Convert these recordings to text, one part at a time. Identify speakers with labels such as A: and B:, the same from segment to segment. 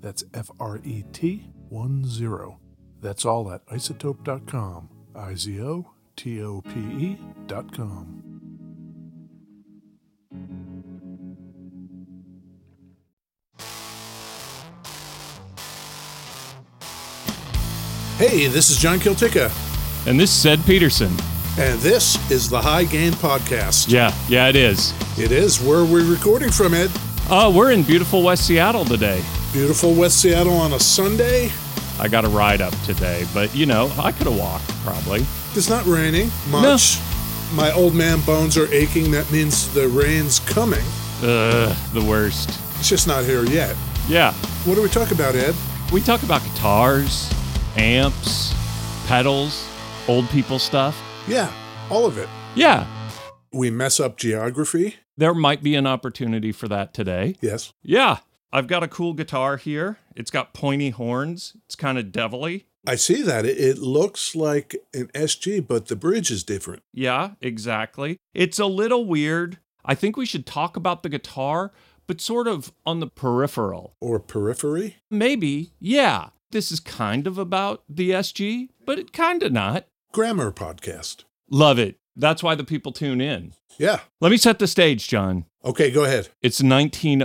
A: That's F R E T 1 0. That's all at isotope.com. I Z O T O P E dot com. Hey, this is John Kiltica,
B: And this said Peterson.
A: and this is the High Gain Podcast.
B: Yeah, yeah, it is.
A: It is where we're recording from, Ed.
B: Uh, we're in beautiful West Seattle today.
A: Beautiful West Seattle on a Sunday.
B: I got a ride up today, but you know, I could have walked probably.
A: It's not raining much. My old man bones are aching. That means the rain's coming.
B: Ugh, the worst.
A: It's just not here yet.
B: Yeah,
A: What do we talk about, Ed?
B: we talk about guitars, amps, pedals, old people stuff.
A: Yeah, all of it.
B: Yeah,
A: We mess up geography.
B: there might be an opportunity for that today.
A: Yes.
B: Yeah, I've got a cool guitar here. It's got pointy horns, it's kind of devilly.
A: I see that. It, it looks like an SG, but the bridge is different.
B: Yeah, exactly. It's a little weird. I think we should talk about the guitar, but sort of on the peripheral.
A: Or periphery.
B: Maybe, yeah, this is kind of about the SG, but it kind of not.
A: Grammar podcast.
B: Love it. That's why the people tune in.
A: Yeah.
B: Let me set the stage, John.
A: Okay, go ahead.
B: It's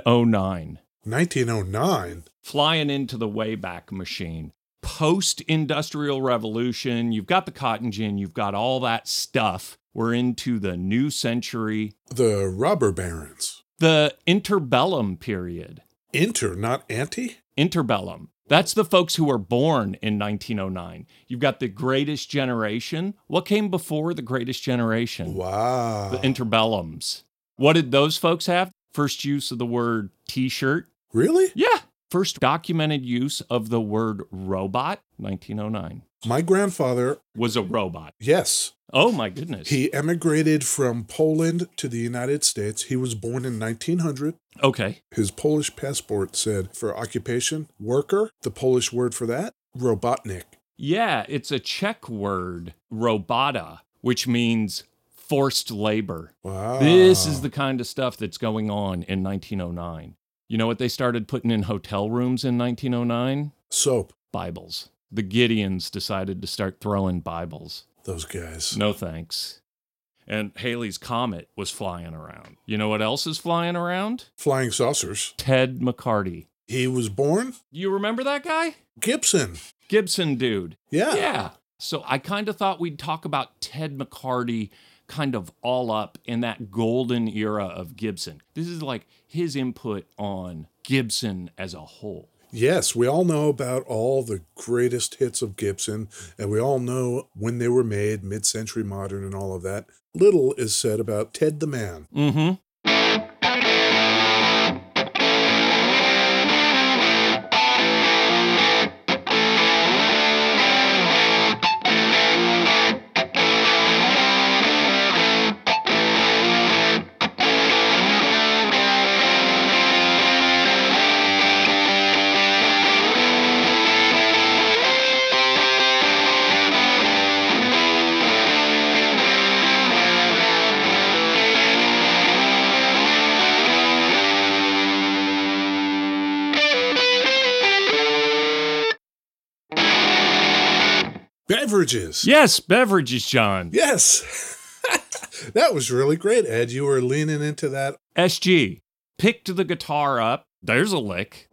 B: 1909,
A: 1909.
B: flying into the Wayback Machine. Post industrial revolution, you've got the cotton gin, you've got all that stuff. We're into the new century,
A: The robber barons.
B: the interbellum period.
A: Inter, not anti.
B: Interbellum. That's the folks who were born in 1909. You've got the greatest generation. What came before the greatest generation?
A: Wow.
B: The interbellums. What did those folks have? First use of the word t shirt.
A: really?
B: Yeah. First documented use of the word robot, 1909,
A: My grandfather,
B: was a robot.
A: yes,
B: Oh my goodness.
A: he emigrated from Poland to the United States. He was born in 1900.
B: okay.
A: His Polish passport said for occupation, worker, the Polish word for that, robotnik.
B: Yeah, it's a Czech word, robota, which means forced labor.
A: Wow.
B: This
A: Oh.
B: is the kind of stuff that's going on in 1909. You know what they started putting in hotel rooms in 1909?
A: soap.
B: Bibles. The Gideons decided to start throwing Bibles.
A: Those guys.
B: No thanks. And Haley's Comet was flying around. You know what else is flying around?
A: Flying saucers.
B: Ted McCarty.
A: He was born
B: You remember that guy?
A: Gibson.
B: Gibson dude.
A: Yeah.
B: Yeah. So I kind of thought we'd talk about Ted McCarty kind of all up in that golden era of Gibson. This is like his input on Gibson as a whole.
A: Yes, we all know about all the greatest hits of Gibson, and we all know when they were made, mid century modern, and all of that. Little is said about Ted the Man.
B: Mm-hmm.
A: beverages.
B: Yes, beverages, John.
A: Yes. that was really great, Ed. You were leaning into that.
B: SG picked the guitar up. There's a lick.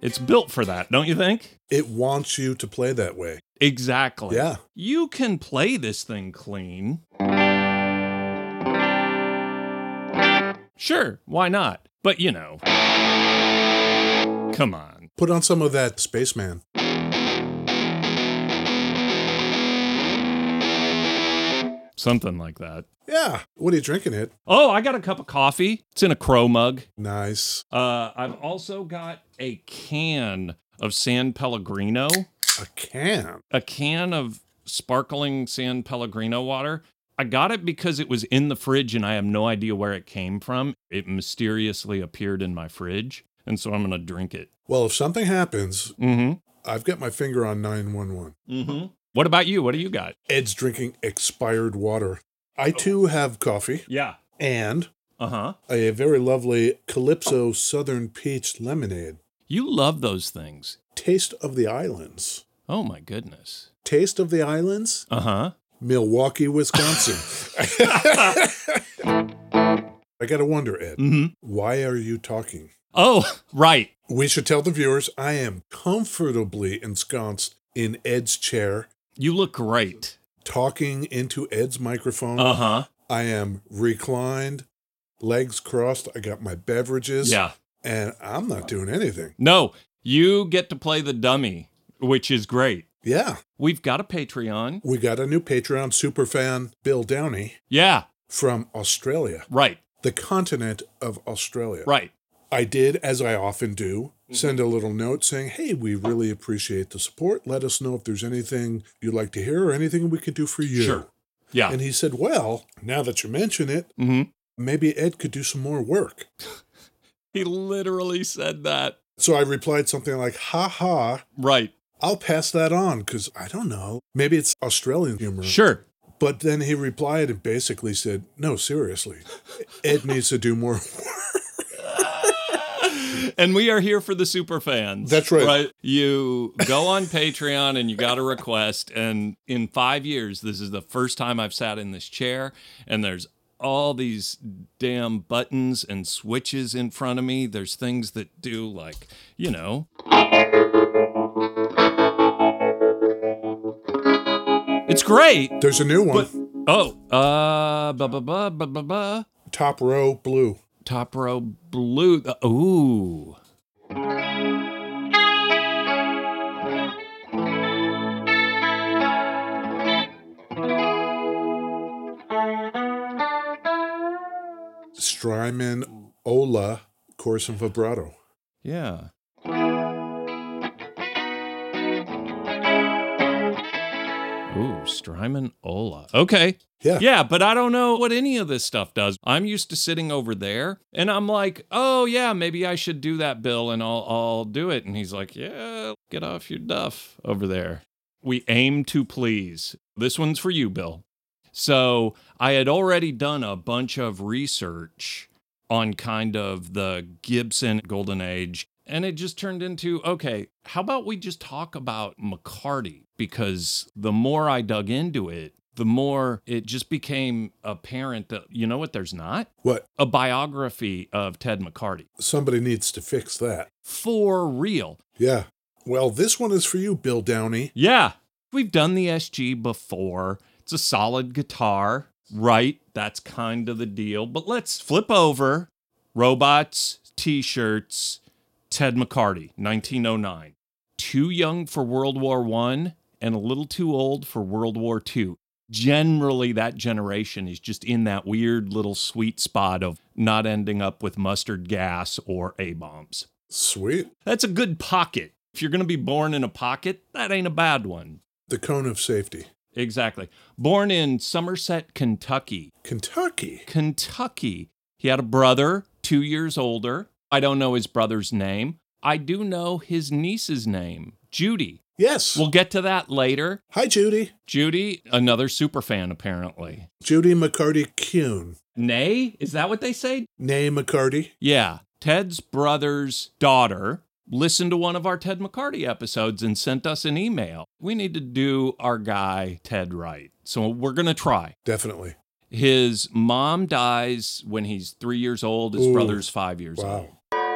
B: It's built for that, don't you think?
A: It wants you to play that way.
B: Exactly.
A: Yeah.
B: You can play this thing clean. Sure, why not? But you know. Come on.
A: Put on some of that spaceman.
B: Something like that.
A: Yeah. What are you drinking it?
B: Oh, I got a cup of coffee. It's in a crow mug.
A: Nice.
B: Uh, I've also got a can of San Pellegrino,
A: A can.
B: a can of sparkling San Pellegrino water. I got it because it was in the fridge and I have no idea where it came from. It mysteriously appeared in my fridge. And so I'm going to drink it.
A: Well, if something happens,
B: Mm
A: I've got my finger on 911.
B: hmm. Mm hmm. What about you? What do you got?
A: Ed's drinking expired water. I too have coffee
B: Yeah.
A: and
B: Uh huh.
A: a very lovely Calypso Southern Peach Lemonade.
B: You love those things.
A: Taste of the Islands.
B: Oh my goodness.
A: Taste of the Islands?
B: Uh huh.
A: Milwaukee, Wisconsin. I got to wonder, Ed,
B: Mm hmm.
A: why are you talking?
B: Oh, right.
A: We should tell the viewers I am comfortably ensconced in Ed's chair,
B: You look great.
A: talking into Ed's microphone.
B: Uh huh.
A: I am reclined, legs crossed. I got my beverages.
B: Yeah.
A: And I'm not doing anything.
B: No, you get to play the dummy, which is great.
A: Yeah.
B: We've got a Patreon.
A: We got a new Patreon superfan, Bill Downey,
B: Yeah,
A: from Australia,
B: right,
A: the continent of Australia.
B: right.
A: I did, as I often do, send a little note saying, Hey, we really appreciate the support. Let us know if there's anything you'd like to hear or anything we could do for you.
B: Sure. Yeah.
A: And he said, Well, now that you mention it,
B: hmm
A: maybe Ed could do some more work.
B: He literally said that.
A: So I replied something like, Ha ha,
B: Right.
A: I'll pass that on because I don't know. Maybe it's Australian humor.
B: Sure.
A: But then he replied and basically said, No, seriously, Ed needs to do more work.
B: and we are here for the super fans.
A: That's right.
B: You go on Patreon and you got a request. And in five years, this is the first time I've sat in this chair, and there's all these damn buttons and switches in front of me. There's things that do, like, you know. It's great.
A: There's a new one
B: But oh, uh, ba ba ba ba ba ba.
A: top row blue.
B: Top row blue. uh, ooh.
A: Strymon Ola, chorus and vibrato.
B: Yeah. Ooh, Strymon Ola. Okay.
A: Yeah.
B: Yeah, but I don't know what any of this stuff does. I'm used to sitting over there and I'm like, oh, yeah, maybe I should do that, Bill, and I'll, I'll do it. And he's like, yeah, get off your duff over there. We aim to please. This one's for you, Bill. So I had already done a bunch of research on kind of the Gibson Golden Age. And it just turned into okay, how about we just talk about McCarty? Because the more I dug into it, the more it just became apparent that, you know what, there's not
A: What?
B: a biography of Ted McCarty
A: Somebody needs to fix that.
B: for real.
A: Yeah. Well, this one is for you, Bill Downey.
B: Yeah, we've done the SG before. It's a solid guitar, right? That's kind of the deal. But let's flip over robots, t shirts, Ted McCarty, 1909. Too young for World War One and a little too old for World War Two. Generally, that generation is just in that weird little sweet spot of not ending up with mustard gas or A bombs.
A: Sweet.
B: That's a good pocket. If you're going to be born in a pocket, that ain't a bad one.
A: The cone of safety.
B: Exactly. Born in Somerset, Kentucky.
A: Kentucky.
B: Kentucky. He had a brother, two years older. I don't know his brother's name. I do know his niece's name, Judy.
A: Yes.
B: We'll get to that later.
A: Hi, Judy.
B: Judy, another super fan, apparently.
A: Judy McCarty Kuhn.
B: Nay? Is that what they say?
A: Nay McCarty.
B: Yeah. Ted's brother's daughter listened to one of our Ted McCarty episodes and sent us an email. We need to do our guy, Ted right. So we're going to try.
A: Definitely.
B: His mom dies when he's three years old, his
A: Ooh.
B: brother's five years old.
A: Wow.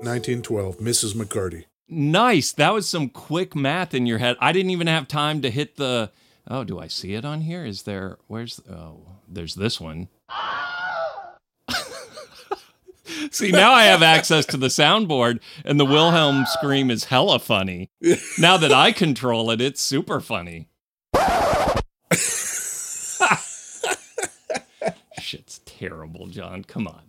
A: 1912, Mrs. McCarty.
B: Nice. That was some quick math in your head. I didn't even have time to hit the. Oh, do I see it on here? Is there. Where's. Oh, there's this one. see, now I have access to the soundboard, and the Wilhelm scream is hella funny. Now that I control it, it's super funny. Shit's terrible, John. Come on.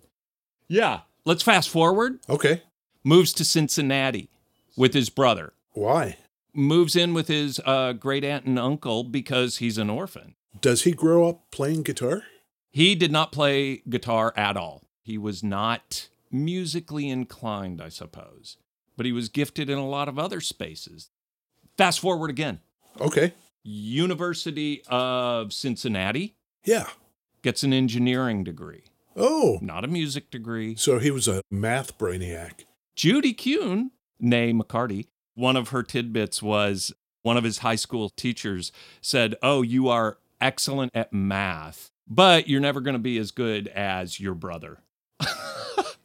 B: Yeah. Let's fast forward
A: Okay.
B: moves to Cincinnati with his brother,
A: Why?
B: moves in with his uh, great aunt and uncle because he's an orphan.
A: Does he grow up playing guitar?
B: He did not play guitar at all. He was not musically inclined, I suppose, but he was gifted in a lot of other spaces. Fast forward again
A: Okay.
B: University of Cincinnati
A: Yeah.
B: gets an engineering degree,
A: Oh.
B: not a music degree.
A: So he was a math brainiac.
B: Judy Kuhn, nay McCarty, one of her tidbits was one of his high school teachers said, Oh, you are excellent at math, but you're never going to be as good as your brother.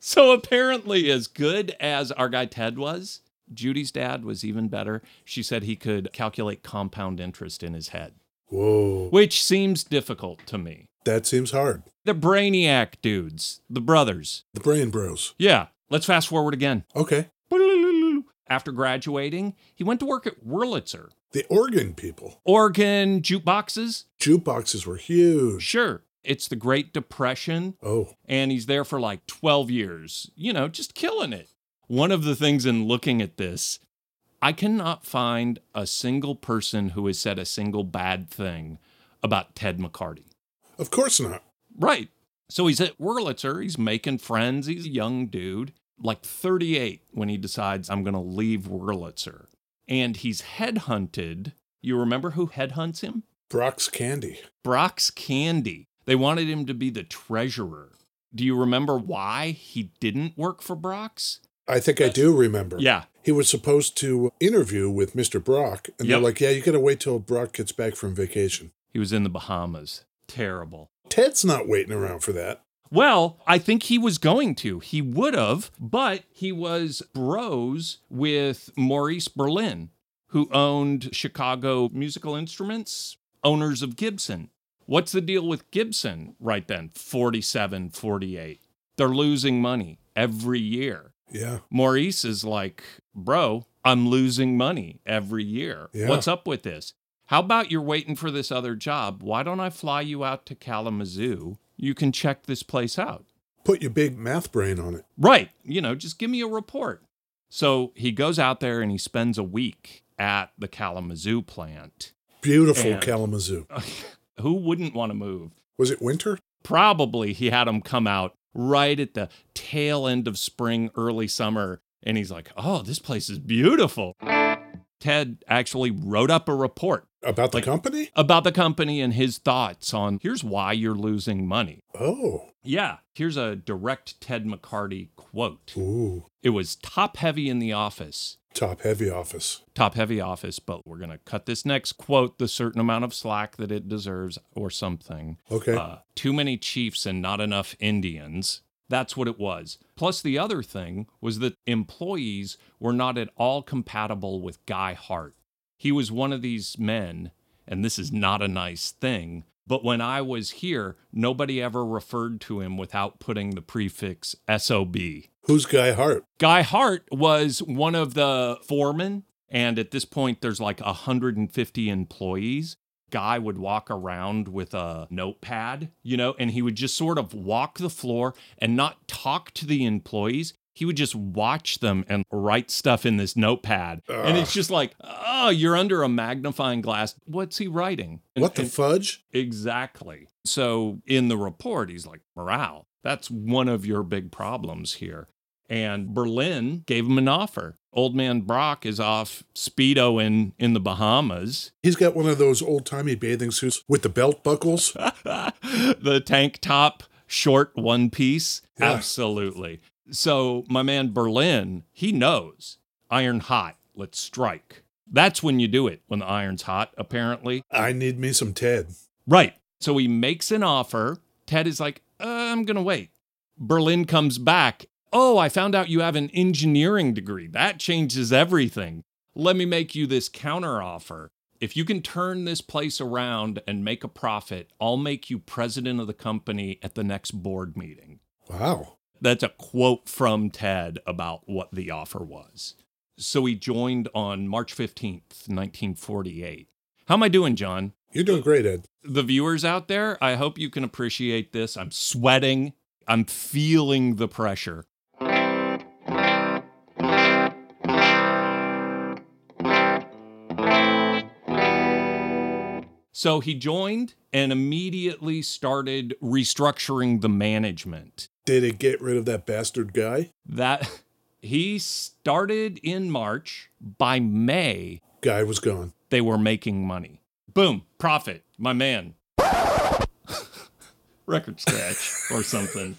B: so apparently, as good as our guy Ted was, Judy's dad was even better. She said he could calculate compound interest in his head,
A: Whoa.
B: which seems difficult to me.
A: That seems hard.
B: The brainiac dudes, the brothers.
A: The Brain Bros.
B: Yeah, let's fast forward again.
A: Okay.
B: After graduating, he went to work at Wurlitzer.
A: The organ people.
B: Organ jukeboxes?
A: Jukeboxes were huge.
B: Sure. It's the Great Depression,
A: Oh.
B: and he's there for like 12 years, you know, just killing it. One of the things in looking at this, I cannot find a single person who has said a single bad thing about Ted McCarty.
A: Of course not.
B: Right. So he's at Wurlitzer. He's making friends. He's a young dude, like 38 when he decides, I'm going to leave Wurlitzer. And he's headhunted. You remember who headhunts him?
A: Brock's Candy.
B: Brock's Candy. They wanted him to be the treasurer. Do you remember why he didn't work for Brock's?
A: I think I do remember.
B: Yeah.
A: He was supposed to interview with Mr. Brock, and they're
B: Yep.
A: like, yeah, you got to wait till Brock gets back from vacation.
B: He was in the Bahamas. Terrible.
A: Ted's not waiting around for that.
B: Well, I think he was going to. He would have, but he was bros with Maurice Berlin, who owned Chicago Musical Instruments, owners of Gibson. What's the deal with Gibson right then? 47, 48. They're losing money every year.
A: Yeah.
B: Maurice is like, bro, I'm losing money every year.
A: Yeah.
B: What's up with this? How about you're waiting for this other job? Why don't I fly you out to Kalamazoo? You can check this place out.
A: Put your big math brain on it.
B: Right. You know, just give me a report. So he goes out there and he spends a week at the Kalamazoo plant.
A: Beautiful
B: And-
A: Kalamazoo.
B: Who wouldn't want to move?
A: Was it winter?
B: probably he had him come out right at the tail end of spring, early summer. And he's like, oh, this place is beautiful. Ted actually wrote up a report
A: About the
B: Like-
A: company?
B: about the company and his thoughts on here's why you're losing money.
A: Oh.
B: Yeah, here's a direct Ted McCarty quote.
A: Ooh.
B: It was top heavy in the office,
A: Top heavy office.
B: top heavy office, but we're going to cut this next quote the certain amount of slack that it deserves or something.
A: Okay.
B: Uh, too many chiefs and not enough Indians. That's what it was. Plus, the other thing was that employees were not at all compatible with Guy Hart. He was one of these men, and this is not a nice thing, but when I was here, nobody ever referred to him without putting the prefix SOB.
A: Who's Guy Hart?
B: Guy Hart was one of the foremen, and at this point, there's like 150 employees. Guy would walk around with a notepad, you know, and he would just sort of walk the floor and not talk to the employees. He would just watch them and write stuff in this notepad. And it's just like, oh, you're under a magnifying glass. What's he writing? And-
A: What the
B: and-
A: fudge?
B: Exactly. So in the report, he's like, morale, that's one of your big problems here. And Berlin gave him an offer. Old man Brock is off Speedo in, in the Bahamas,
A: He's got one of those old timey bathing suits with the belt buckles.
B: Uh, the tank top, short one piece.
A: Yeah.
B: Absolutely. So my man Berlin, he knows iron hot, let's strike. That's when you do it, when the iron's hot, apparently.
A: I need me some Ted.
B: Right. So he makes an offer. Ted is like, uh, I'm going to wait. Berlin comes back. Oh, I found out you have an engineering degree. That changes everything. Let me make you this counter offer. If you can turn this place around and make a profit, I'll make you president of the company at the next board meeting.
A: Wow.
B: That's a quote from Ted about what the offer was. So he joined on March 15th, 1948. How am I doing, John?
A: You're doing great, Ed.
B: the viewers out there, I hope you can appreciate this. I'm sweating. I'm feeling the pressure. So he joined and immediately started restructuring the management.
A: Did it get rid of that bastard guy?
B: That he started in March. By May,
A: Guy was gone.
B: they were making money. Boom, profit, my man. Record scratch or something.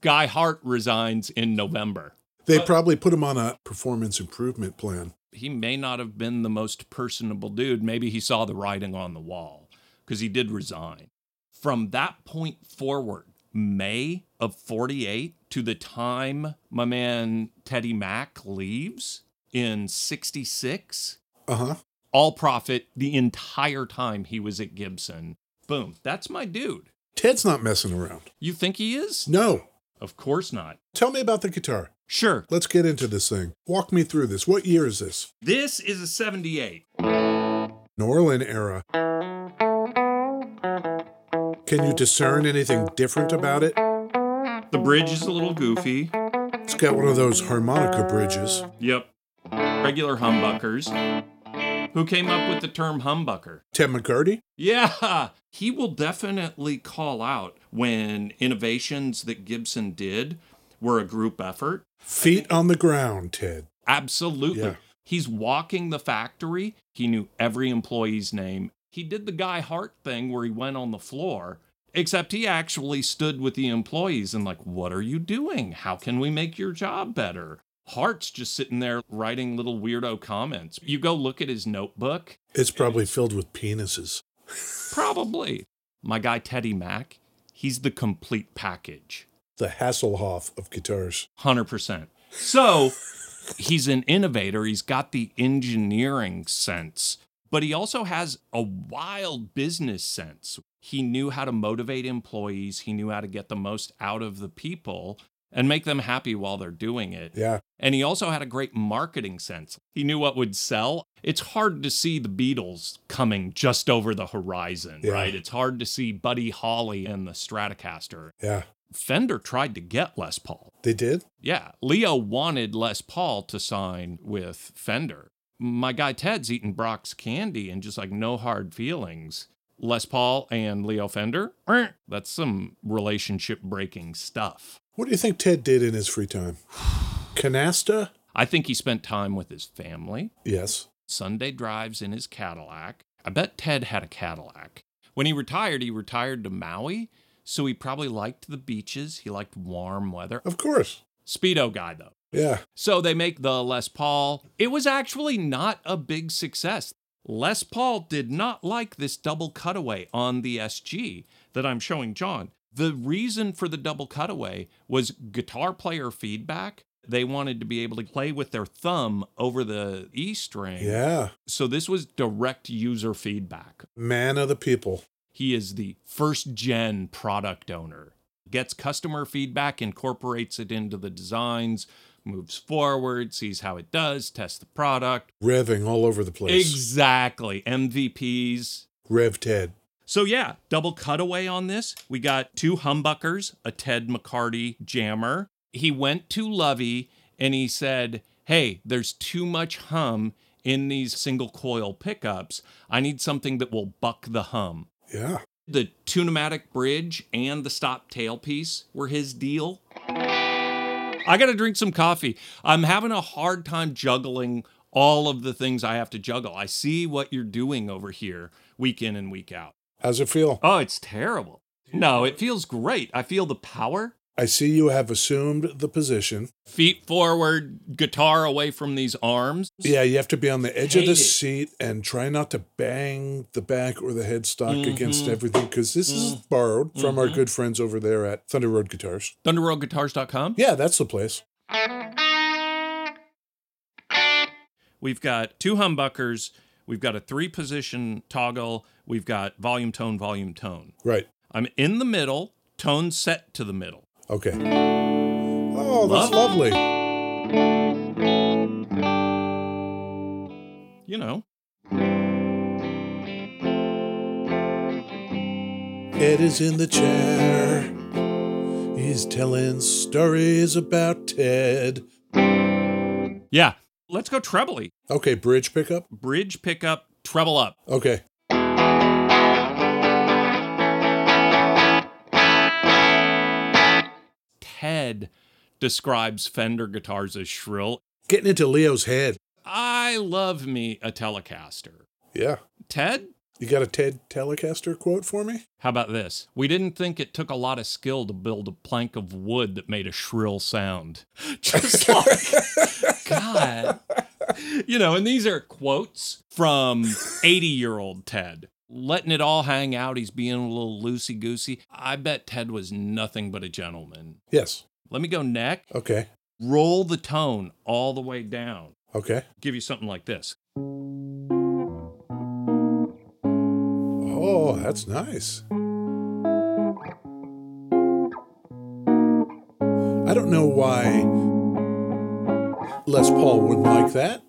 B: Guy Hart resigns in November.
A: They probably put him on a performance improvement plan.
B: He may not have been the most personable dude. Maybe he saw the writing on the wall because he did resign. From that point forward, May of 48 to the time my man Teddy Mack leaves in 66,
A: Uh huh.
B: all profit the entire time he was at Gibson. Boom. That's my dude.
A: Ted's not messing around.
B: You think he is?
A: No.
B: Of course not.
A: Tell me about the guitar.
B: Sure.
A: Let's get into this thing. Walk me through this. What year is this?
B: This is a 78.
A: New Orleans era. Can you discern anything different about it?
B: The bridge is a little goofy.
A: It's got one of those harmonica bridges.
B: Yep. Regular humbuckers. Who came up with the term humbucker?
A: Ted McCarty?
B: Yeah, he will definitely call out when innovations that Gibson did were a group effort.
A: Feet on the ground, Ted.
B: Absolutely.
A: Yeah.
B: He's walking the factory. He knew every employee's name. He did the Guy Hart thing where he went on the floor, except he actually stood with the employees and, like, what are you doing? How can we make your job better? Hart's just sitting there writing little weirdo comments. You go look at his notebook,
A: It's probably filled with penises.
B: probably. My guy Teddy Mack, he's the complete package.
A: The Hasselhoff of guitars.
B: Hundred percent. So he's an innovator. He's got the engineering sense, but he also has a wild business sense. He knew how to motivate employees. He knew how to get the most out of the people and make them happy while they're doing it.
A: Yeah.
B: And he also had a great marketing sense. He knew what would sell. It's hard to see the Beatles coming just over the horizon,
A: Yeah.
B: right? It's hard to see Buddy Holly and the Stratocaster.
A: Yeah.
B: Fender tried to get Les Paul.
A: They did?
B: Yeah, Leo wanted Les Paul to sign with Fender. My guy Ted's eating Brock's candy and just like no hard feelings. Les Paul and Leo Fender, eh, that's some relationship breaking stuff.
A: What do you think Ted did in his free time? Canasta?
B: I think he spent time with his family,
A: Yes.
B: Sunday drives in his Cadillac. I bet Ted had a Cadillac. When he retired, he retired to Maui, so he probably liked the beaches. He liked warm weather.
A: Of course.
B: Speedo guy, though.
A: Yeah.
B: So they make the Les Paul. It was actually not a big success. Les Paul did not like this double cutaway on the SG that I'm showing John. The reason for the double cutaway was guitar player feedback. They wanted to be able to play with their thumb over the E string.
A: Yeah.
B: So this was direct user feedback.
A: Man of the people.
B: He is the first gen product owner, gets customer feedback, incorporates it into the designs, moves forward, sees how it does, tests the product.
A: Revving all over the place.
B: Exactly. MVPs.
A: Rev Ted.
B: So, yeah, double cutaway on this. We got two humbuckers, a Ted McCarty jammer. He went to Lovey and he said, Hey, there's too much hum in these single coil pickups. I need something that will buck the hum
A: Yeah.
B: the tunematic bridge and the stop tailpiece were his deal. I got to drink some coffee. I'm having a hard time juggling all of the things I have to juggle. I see what you're doing over here week in and week out.
A: How's it feel?
B: Oh, it's terrible. No, it feels great. I feel the power.
A: I see you have assumed the position.
B: Feet forward, guitar away from these arms.
A: Yeah, you have to be on the edge of
B: Hate
A: the
B: it.
A: seat and try not to bang the back or the headstock
B: Mm-hmm.
A: against everything because this is borrowed from our good friends over there at Thunder Road Guitars.
B: Thunderroadguitars.com.
A: Yeah, that's the place.
B: We've got two humbuckers. We've got a three position toggle. We've got volume, tone, volume, tone.
A: Right.
B: I'm in the middle, tone set to the middle.
A: Okay. Oh, that's lovely.
B: You know,
A: Ed is in the chair. He's telling stories about Ted.
B: yeah. Let's go trebly.
A: Okay, bridge pickup.
B: Bridge pickup, treble up.
A: Okay.
B: Ted describes Fender guitars as shrill.
A: Getting into Leo's head.
B: I love me a Telecaster.
A: Yeah.
B: Ted,
A: You got a Ted Telecaster quote for me?
B: how about this? We didn't think it took a lot of skill to build a plank of wood that made a shrill sound. Just like, God. You know, and these are quotes from 80 year old Ted. Letting it all hang out. He's being a little loosey goosey. I bet Ted was nothing but a gentleman.
A: Yes.
B: Let me go neck.
A: Okay.
B: Roll the tone all the way down.
A: Okay.
B: Give you something like this.
A: Oh, that's nice. I don't know why Les Paul would like that.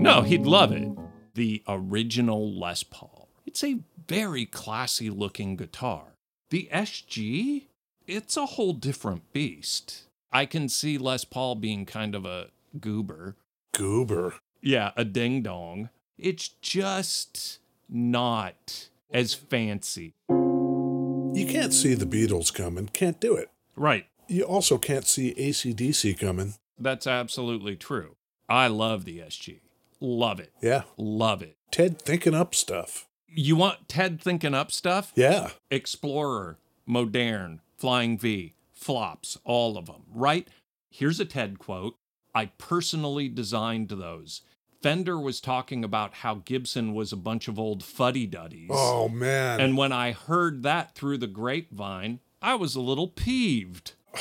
B: No, he'd love it. The original Les Paul. It's a very classy looking guitar. The SG, it's a whole different beast. I can see Les Paul being kind of a goober.
A: Goober.
B: Yeah, a ding dong. It's just not as fancy.
A: You can't see the Beatles coming. Can't do it.
B: Right.
A: You also can't see ACDC coming.
B: That's absolutely true. I love the SG. Love it.
A: Yeah.
B: Love it.
A: Ted thinking up stuff.
B: You want Ted thinking up stuff?
A: Yeah.
B: Explorer, Modern, Flying V, Flops, all of them, right? Here's a TED quote. I personally designed those. Fender was talking about how Gibson was a bunch of old fuddy duddies.
A: Oh, man.
B: And when I heard that through the grapevine, I was a little peeved.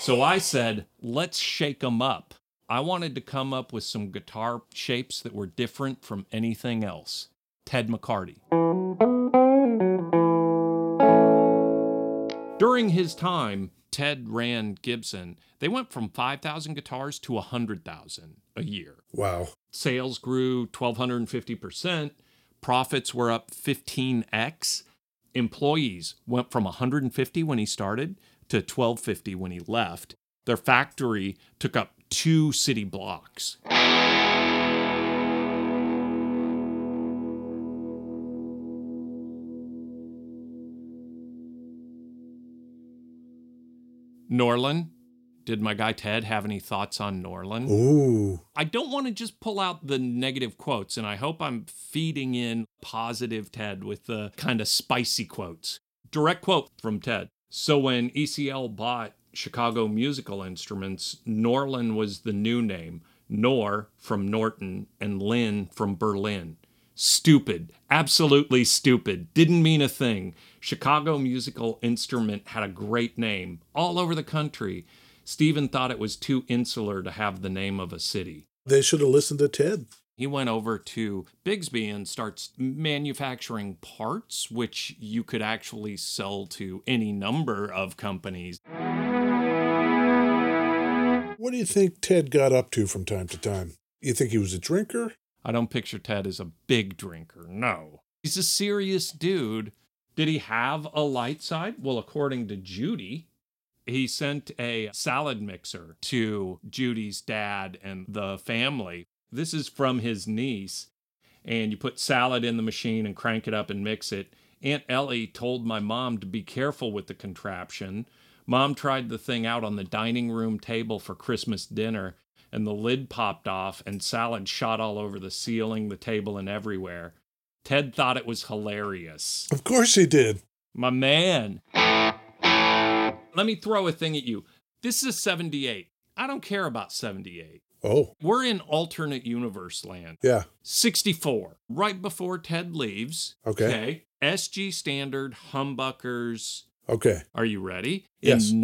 B: So I said, let's shake them up. I wanted to come up with some guitar shapes that were different from anything else. Ted McCarty. During his time, Ted ran Gibson. They went from 5,000 guitars to 100,000 a year
A: wow.
B: sales grew 1250%, profits were up 15x, employees went from 150 when he started to 1250 when he left. Their factory took up two city blocks. Norlin, did my guy Ted have any thoughts on Norlin?
A: Ooh.
B: I don't want to just pull out the negative quotes, and I hope I'm feeding in positive Ted with the kind of spicy quotes. Direct quote from Ted. So when ECL bought Chicago Musical Instruments, Norlin was the new name, Nor from Norton and Lynn from Berlin. Stupid, absolutely stupid, didn't mean a thing. Chicago Musical Instrument had a great name all over the country. Stephen thought it was too insular to have the name of a city.
A: They should have listened to Ted.
B: He went over to Bigsby and starts manufacturing parts, which you could actually sell to any number of companies.
A: What do you think Ted got up to from time to time? You think he was a drinker?
B: I don't picture Ted as a big drinker. No. He's a serious dude. Did he have a light side? Well, according to Judy, he sent a salad mixer to Judy's dad and the family. This is from his niece. And you put salad in the machine and crank it up and mix it. Aunt Ellie told my mom to be careful with the contraption. Mom tried the thing out on the dining room table for Christmas dinner, and the lid popped off, and salad shot all over the ceiling, the table, and everywhere. Ted thought it was hilarious.
A: Of course he did.
B: My man. Let me throw a thing at you. This is 78. I don't care about 78.
A: Oh,
B: We're in alternate universe land.
A: yeah.
B: 64, right before Ted leaves.
A: Okay.
B: SG Standard Humbuckers.
A: Okay.
B: Are you ready?
A: Yes.
B: In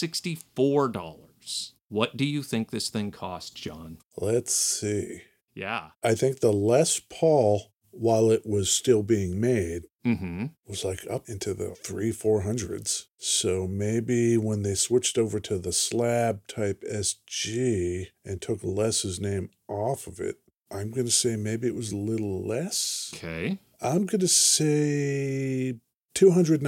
B: 1964 dollars. What do you think this thing cost, John?
A: Let's see.
B: Yeah.
A: I think the Les Paul, while it was still being made,
B: Mm-hmm.
A: was like up into the three, four hundreds. So maybe when they switched over to the slab type SG and took Les's name off of it, I'm going to say maybe it was a little less.
B: Okay.
A: I'm going to say $219,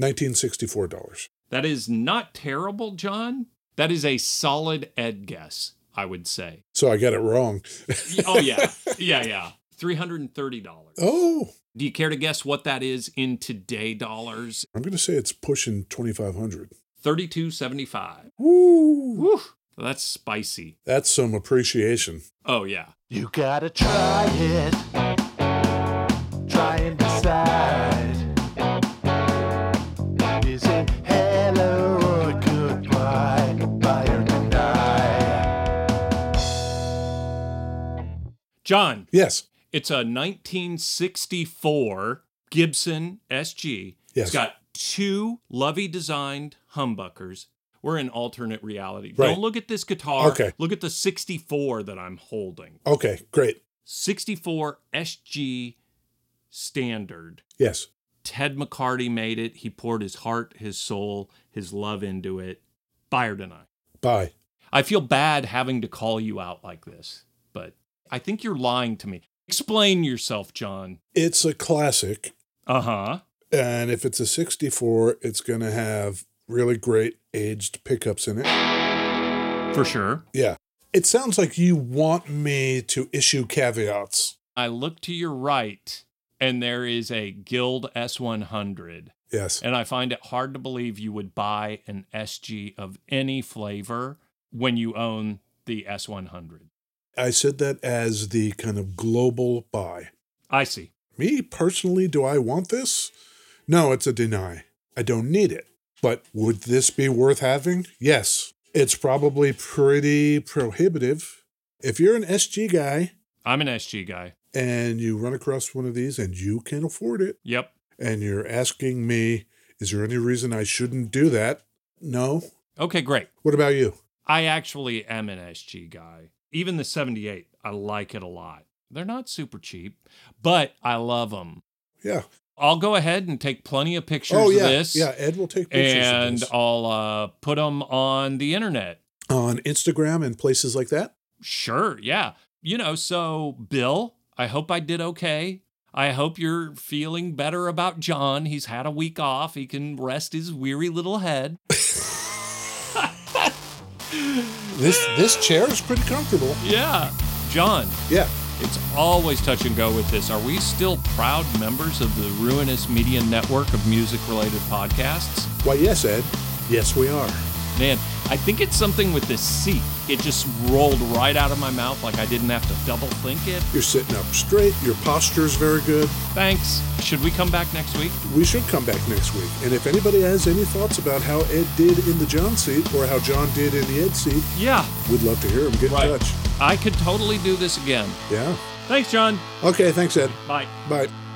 A: $1964.
B: That is not terrible, John. That is a solid Ed guess, I would say.
A: So I got it wrong.
B: Oh, yeah. yeah, yeah. $330.
A: Oh,
B: Do you care to guess what that is in today dollars?
A: I'm going to say it's pushing 2500
B: 3275.
A: Woo!
B: Whew. That's spicy.
A: That's some appreciation.
B: Oh yeah.
C: You gotta try it. Try and decide. Is it hello or goodbye? Buy or deny?
B: John,
A: Yes.
B: it's a 1964 Gibson SG.
A: Yes.
B: It's got two Lovey designed humbuckers. We're in alternate reality.
A: Right.
B: Don't look at this guitar.
A: Okay.
B: Look at the 64 that I'm holding.
A: Okay, great.
B: 64 SG standard.
A: Yes.
B: Ted McCarty made it. He poured his heart, his soul, his love into it. Buy or deny.
A: Bye.
B: I feel bad having to call you out like this, but I think you're lying to me. Explain yourself, John.
A: It's a classic.
B: Uh huh.
A: And if it's a 64, it's going to have really great aged pickups in it.
B: For sure.
A: Yeah. It sounds like you want me to issue caveats.
B: I look to your right and there is a Guild S100,
A: Yes.
B: and I find it hard to believe you would buy an SG of any flavor when you own the S100.
A: I said that as the kind of global buy.
B: I see.
A: Me personally, do I want this? No, it's a deny. I don't need it. But would this be worth having? Yes. It's probably pretty prohibitive. If you're an SG guy
B: I'm an SG guy.
A: and you run across one of these and you can afford it,
B: Yep.
A: and you're asking me, is there any reason I shouldn't do that? No.
B: Okay, great.
A: What about you?
B: I actually am an SG guy. Even the 78, I like it a lot. They're not super cheap, but I love them.
A: Yeah.
B: I'll go ahead and take plenty of pictures
A: oh, yeah.
B: of this.
A: Yeah. Ed will take pictures
B: And
A: of this.
B: I'll uh, put them on the internet.
A: on Instagram and places like that.
B: Sure. Yeah. You know, so Bill, I hope I did okay. I hope you're feeling better about John. He's had a week off. He can rest his weary little head.
A: This this chair is pretty comfortable.
B: Yeah. John,
A: Yeah.
B: It's always touch and go with this. Are we still proud members of the Ruinous Media Network of music related podcasts?
A: Why, yes, Ed. Yes, we are.
B: Man, I think it's something with this seat. It just rolled right out of my mouth like I didn't have to double think it.
A: You're sitting up straight. Your posture is very good.
B: Thanks. Should we come back next week?
A: We should come back next week. And if anybody has any thoughts about how Ed did in the John seat or how John did in the Ed seat,
B: Yeah.
A: we'd love to hear him. Get in
B: Right.
A: touch.
B: I could totally do this again.
A: Yeah.
B: Thanks, John.
A: Okay. Thanks, Ed.
B: Bye.
A: Bye.